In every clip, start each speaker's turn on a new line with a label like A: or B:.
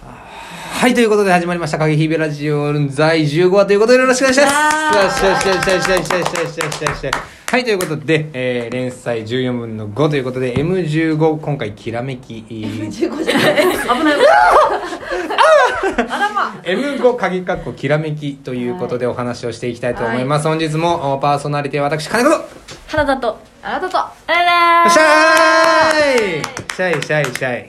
A: はい、ということで始まりました、影ひべラジオ在15話ということでよろしくお願いします。よ
B: わ
A: しよしよしよしよしよしよしよしよしはい、ということで、えー、連載14分の5ということで、M15、今回、きらめき。
B: 15じゃない危ない あらま
A: M5 鍵括弧きらめきということでお話をしていきたいと思います。本日もおパーソナリティは私、金子とよ
C: 原田と
B: あなたとは
C: あら
A: っしゃ
B: は
A: ー
B: い
A: いシャイシャイシャイ。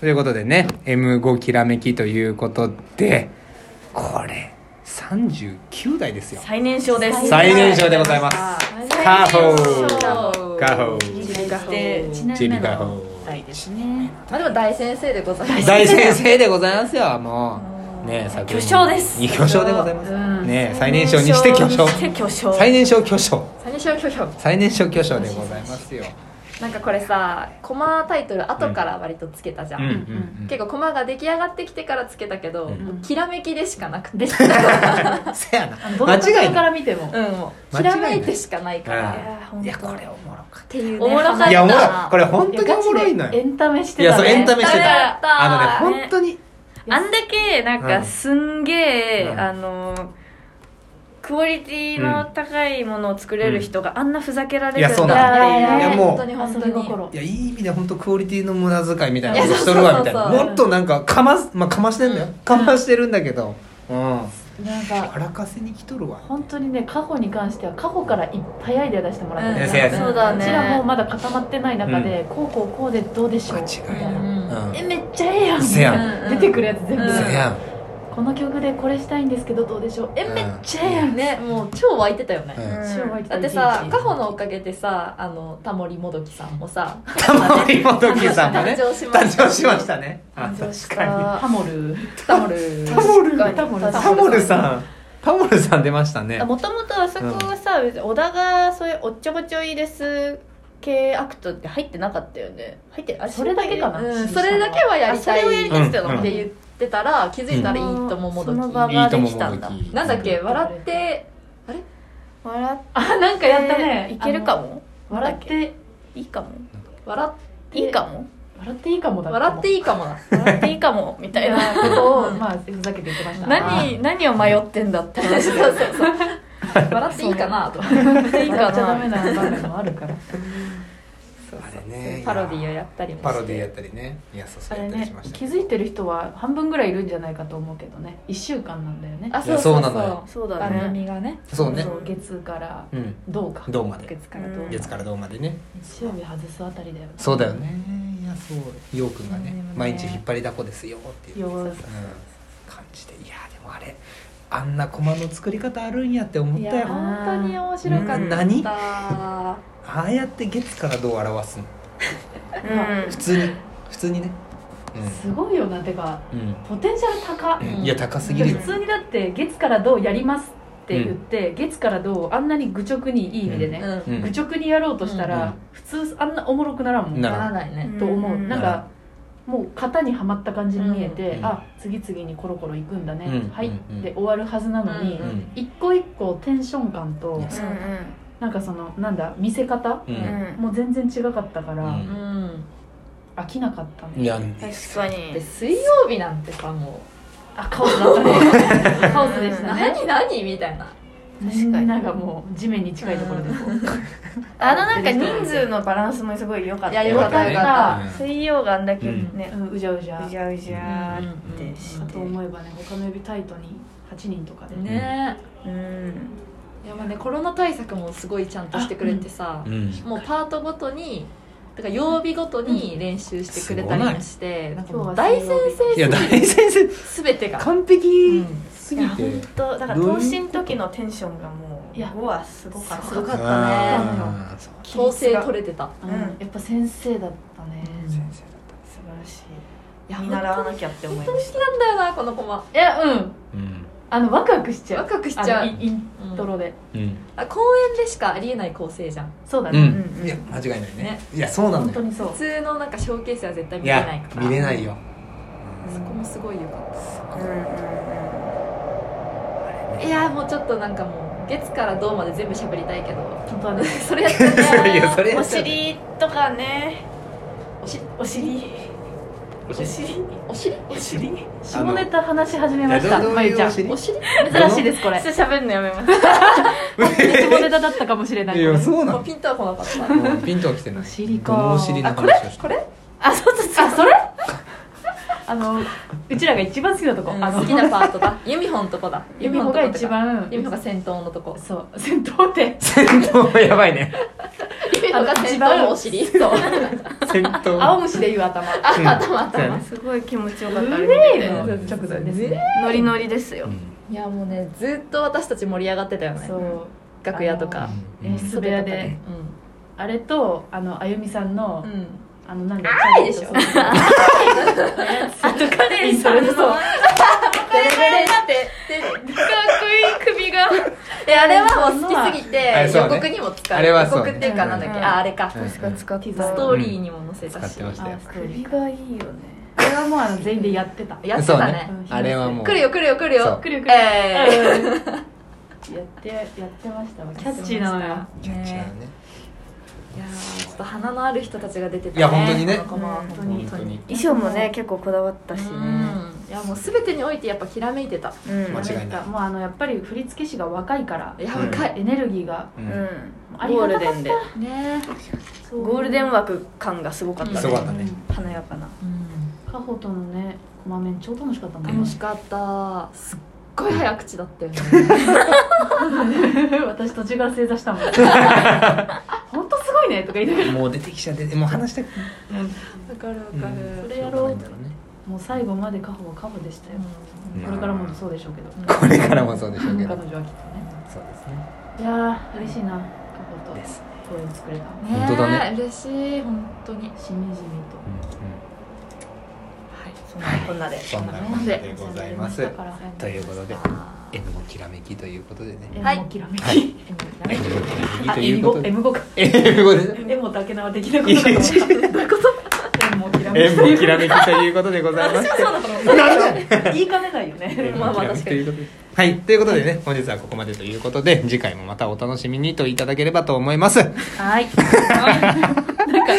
A: ということでね、M5 きらめきということで、これ、39代ですよ。
C: 最年少です
A: 最年少でございます。カホーカホー
C: でちな
A: チ
C: み
A: ビ
C: に
A: カホ
C: 代ですね
B: まあでも大先生でございま
A: ー
B: す
A: 大先生でございますよ、もう。ねえ、昨年
C: 巨匠です
A: いい巨匠でございます。
B: うん
A: ねえ、最年少にして巨匠
C: に。して巨匠
A: 最年少巨匠。
B: 最年少巨匠
A: 最年少巨匠でございますよ。
B: なんかこれさコマタイトル後から割とつけたじゃ、
A: うんんうんうん。
B: 結構コマが出来上がってきてからつけたけど、
A: うん
B: きらめきでしかなくて
C: です間
A: せやな。間違いな
C: か
A: い。
C: ら見ても
B: うんもう
A: 間違
B: き
A: いない
B: らめいてしかないから
A: うんいや、これおもろかっ
B: っていうね
C: おもろかった
A: いや、おもろい。これ本当におもろいの
C: エ
A: よ。
C: ンタメして
A: いや、
C: たね
A: そう、エンタメして
B: や
A: た
B: っ。た
A: あのね、本当に。
C: あんだけなん
A: う
C: か
A: ん
C: すんげえ、
A: うん
C: あのクオリティの高いものを作れる人があんなふざけられ
A: いや
C: る
A: そうんな
C: だっ
A: い
C: て
A: や
C: いう
A: いやもう
B: 本当に本当に
C: 心
A: いやいい意味で本当クオリティの無駄遣いみたいないこ
B: や
A: としとるわみたい
B: そ
A: な
B: うそうそう
A: もっとなんかかます、まあ、かましてんだよ、
B: うん
A: かましてるんだけどうん
C: なんか
A: 荒稼ぎ来とるわ
C: 本当にね過去に関しては過去からいっぱいアイデア出してもらってる
A: うんいや
B: そうだね
C: うちらもまだ固まってない中で、こうこうこうでどうでしょう
A: 間
C: み
A: 違い
C: たい
A: ない、
C: な
A: うん
C: えめっちゃええやんみたいな
B: せやん
C: 出てくるやつ全部、
B: うん
A: せやん、
C: この曲でこれしたいんですけどどうでしょうえ
A: うん
C: めっちゃええ やん、
B: ねもう超湧いてたよね、
A: うん
C: 白い
B: だってさカホのおかげでさあのタモリもどきさんもさ
A: タモリモトキさんも
B: 誕
A: ね
B: 生しま
A: 誕
B: した
A: 生しましたねあ
B: 誕生し
A: 確
B: た
A: か
C: ハモル
B: タモル
A: タモル
B: 確かに
C: タモル
A: に
C: タ
A: タモルさんタモルさん出ましたね
D: もともとあそこはさ、別に小田がそういうおっちょこちょいです系アクトって入ってなかったよね入ってあ
C: それだけかな、
B: うんそれだけはやりたい
D: あそれをや
B: っ
D: り
A: たいって
B: て
A: 言ってたの
B: 言ってたら気づいたらいいとももど
D: その場
B: き
D: ができたんだ
A: いいとももどき
B: なんだっけ笑って
D: 笑って
C: あなんかやったね
D: いけるかも
C: 笑って
D: いいかも
B: 笑って
D: いいかも
C: 笑っていいかもだった
B: 笑っていいか もな
D: 笑っていいかもみ
C: み
D: た
C: た
D: い
C: い
D: な
C: なことをまあふざけて言ってました
D: 何何を迷ってんだって話だよね
B: 笑っていいかなとか
D: 笑っていい
C: 笑
D: か
C: っちゃ
D: な
C: ダメな場面もあるから
A: あれね
B: パロディをやったりも
A: パロディや
B: っ
A: ったりねいやそうそ
C: あ
A: うや
C: れ
A: ったりし
C: ね
A: ました
C: 気
A: ね
C: づいてる人は半分ぐらいいるんじゃないかと思うけどね1週間なんだよね
B: あ
A: いや
B: そ
A: そ
B: うそうそう
A: なのよ
B: う
D: そうだ
B: 番
D: ね
B: 組がね
A: そうね
C: そう月から
A: うん
C: どうか
A: どうまで
C: 月からどう
D: うん
A: 月からどうまでね
C: 日曜日外すあたりだよね
A: そうだよねいやそうようくんがね
D: でもね
A: 毎日引っ張りだこですよっていう
C: よー
A: うん感じでいやでもあれあんなコマの作り方あるんやって思っ
B: い
A: た
B: や
A: よ
B: 本当に面白かっ
A: うん
B: た
A: 何ああやって月からどう表すの普通に普通にね
C: すごいよなてか
A: うん、
C: ポテンシャル高っ
A: うんいや高すぎるよ
C: 普通にだって月からどうやりますって言って、月からどうあんなに愚直にいい意味でね、
B: うん
A: うん
C: 愚直にやろうとしたら、
A: うん
C: 普通あんなおもろくならんもん
A: な
B: ならないね
C: と思う、
D: うん
C: なんかもう型にはまった感じに見えて、
A: うん
C: あ次々にコロコロ行くんだね、
A: うん
C: はい、
A: うん
C: で終わるはずなのに、
B: う
A: うん
C: 一個一個テンション感と
A: うん
C: なんかそのなんだ見せ方
A: うん
D: うんうん
C: もう全然違かったから、
A: うん
B: うん
C: 飽きなかった
A: い
C: ね
A: や
D: 確か
B: で
D: に
B: 水曜日なんてさも
C: あカオスだったねカオスでし
B: う
C: たね
B: 何何みたいな
D: 確
C: み
D: かに
C: んながもう地面に近いところでこう
D: あのなんか人数のバランスもすごい良かった
B: いや良かった
A: ね
B: 良か
A: うん
D: 水曜があんだけ
A: うん
D: ね
C: うんうじゃうじゃ
D: うじゃうじゃーってし
C: か
D: て
C: と思えばね他の指タイトに8人とかで、
B: ね
D: うん
B: いやまあねコロナ対策もすごいちゃんとしてくれてさ
A: う、ん
B: もうパートごとにだから曜日ごとに練習してくれたりもして、
A: うんす
C: ごい
B: 大先
A: いや
B: 生
A: 大先生
B: すべてが
A: 完璧す
D: い
A: ぎ
D: や
A: て、
D: 本当だから
A: どういう
D: 投資の時のテンションがもう
C: いや
D: 5はすごかった
B: すごかっ
A: あ
B: た
A: ーそう
B: ね調整取れてた
C: うん
D: うん
C: やっぱ先生だったね、
A: 先
C: い
A: 生だっ
D: 素晴らし
B: いや
D: い見
B: 本当
D: 習わ
B: に
D: なきゃって思いまし
B: なんだよなこのコマ
C: やうん
A: たうん
C: あのワクワクしちゃ
B: ワ
C: う
B: クワクしち
C: あ
B: ゃ
C: の
B: う
C: イイン
B: うん
C: トロで、
A: うん
B: あ公演でしかありえない構成じゃん
C: そうだ
A: う
C: ね、
A: んいや間違いないね
B: ね
A: いやそうなん
C: 本
A: だ
C: 当
A: よ
C: にそう
B: 普通のなんかショーケースは絶対見
A: い
B: れ
A: や
B: ないから
A: 見れないよ
B: そこもすごいよかった
D: たう
B: い
D: ん
B: やもうちょっとなんかもう月からどうまで全部喋りたいけど
C: 本当はね
B: それや った
A: いやそれや
D: お
A: ったら
D: 尻とかね
B: おし
C: お尻
A: お
B: お
A: 尻
B: 尻お尻
A: お尻
C: 下ネタ話し始めまし
A: あ
C: た
A: の
C: まゆちゃん
A: どういう
B: お尻
C: 珍しいですこれ
D: ちょっと喋るのやめます
C: 下ネタだったかもしれない
A: いやそうな
B: も
A: の
B: うピントは来なかった
A: うんピンとは来てない
C: お尻か
A: どのお尻の
B: あこれ
A: 話をして
B: これ
D: あそうそうそう
C: あそれあのうちらが一番好きなとこ、
B: うん
C: あの
B: 好きなパートだユミホンとこだ
C: ユミホが一番
B: ユミホが先頭のとこ
C: そう戦闘って
A: 戦闘やばいね
B: ユミホが先頭のお尻 そう
A: 戦闘
C: 青虫で言う頭
B: あ頭
A: そうや
B: 頭
A: ね
D: すごい気持ちよかったあれ見
C: う
D: て
C: めえ
D: て
C: の直前ですね
D: ノリノリですよ
A: う
B: いやもうねずっと私たち盛り上がってたよね
C: そう
B: 楽屋とか
A: ん
C: 演出部屋であれとあのあゆみさんの、
B: うんうん
C: あのなんだ
B: あーいでしょ
C: そうそう
D: あとカレン
C: そ
D: さん
C: れ
D: の
C: そ
D: かっ
C: う
B: ベレベレって
D: こいい首が
B: えあれはもう好きすぎ
A: あれ
B: て
A: そう
B: 予
A: ね
B: 告にも使う
A: あれは
B: 予
A: そう
B: 告っていうかなんだっけ
D: うん
B: ああれか
A: うん
B: ス
D: 確か使ってた
C: うん
B: トーリーにも載せたし
A: 使ってましたよ
C: あストーリ
D: 首
C: ー
D: がいいよね
C: これはもうあの全員でやってた
B: やってたね
A: そう
C: うん
A: あれはもう
B: 来るよ来るよ来る
A: そう
B: よ
C: くるくる、
B: え
C: うんやってやってましたわ
B: ー
C: キャッチーなのよ
A: キャッチーだ
B: ね
A: ね
B: いやーちょっと花のある人たちが出てたね
A: いや本当にね
B: この子も
D: うん
B: 本当に
A: 本当に
D: 衣装もね結構こだわったしね
B: うんいやもう全てにおいてやっぱきらめいてた
D: うん
A: 間違いない
C: んかもうあのやっぱり振付師が若いから
B: いや若い
C: エネルギーが
A: う
D: うんん
C: あり
D: ゴー
C: が
D: ル
C: たか
D: デ
C: っ
D: ンで
C: た
B: ね
C: そう
D: ゴールデン枠感がすごかった
A: すごかったね
C: う
D: 華やかな
C: んカホとのねコマ面超楽しかったもんね
B: 楽しかったすっごい早口だったよね
C: 私途中から正座した もん本当すごいねとか言いながら
A: もう出てきちゃってもう話したくない
B: わかるわ
A: かる
B: そ
C: そ
B: れ
C: れ
B: や
C: や
B: ろ
C: ろ
B: う
C: うん
A: だろうね
C: もう最後までカホはカホでしたよ、
A: うん
C: これからもそうでしょうけど、
A: これからもそうでしょうけ
C: 彼
A: ど
C: 女はきっとね
A: そうですね
C: いやー嬉しいなカホと
A: です
C: これを作れた
B: ね
A: 本当だ
B: 嬉しい本当に
C: しみじみと
A: うんうん
B: はい
D: そんなこんなで
A: そんなこんなでございますということで「N もきらめき」ということでね
B: はい
C: エモきらめき、
A: はい「
B: え
A: N もきらめき」
C: あ
A: と
C: エ
A: い
C: ミ
A: うこ
C: ゴ
A: と
C: エ
A: で
C: ムゴか
A: 英語で
C: エモだけなはできなことだと思ったどういうことエモきらめ
A: 縁も
C: き
A: きらめきということでございまして。
C: 言いかねないよ ね
B: まあまあ確かに
A: はい。ということでね、本日はここまでということで、次回もまたお楽しみにといただければと思います。
C: はいなんか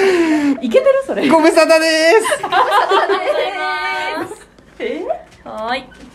C: いけてるそれ
A: ご無沙汰です
D: ありがとうございます
C: えー
D: はーい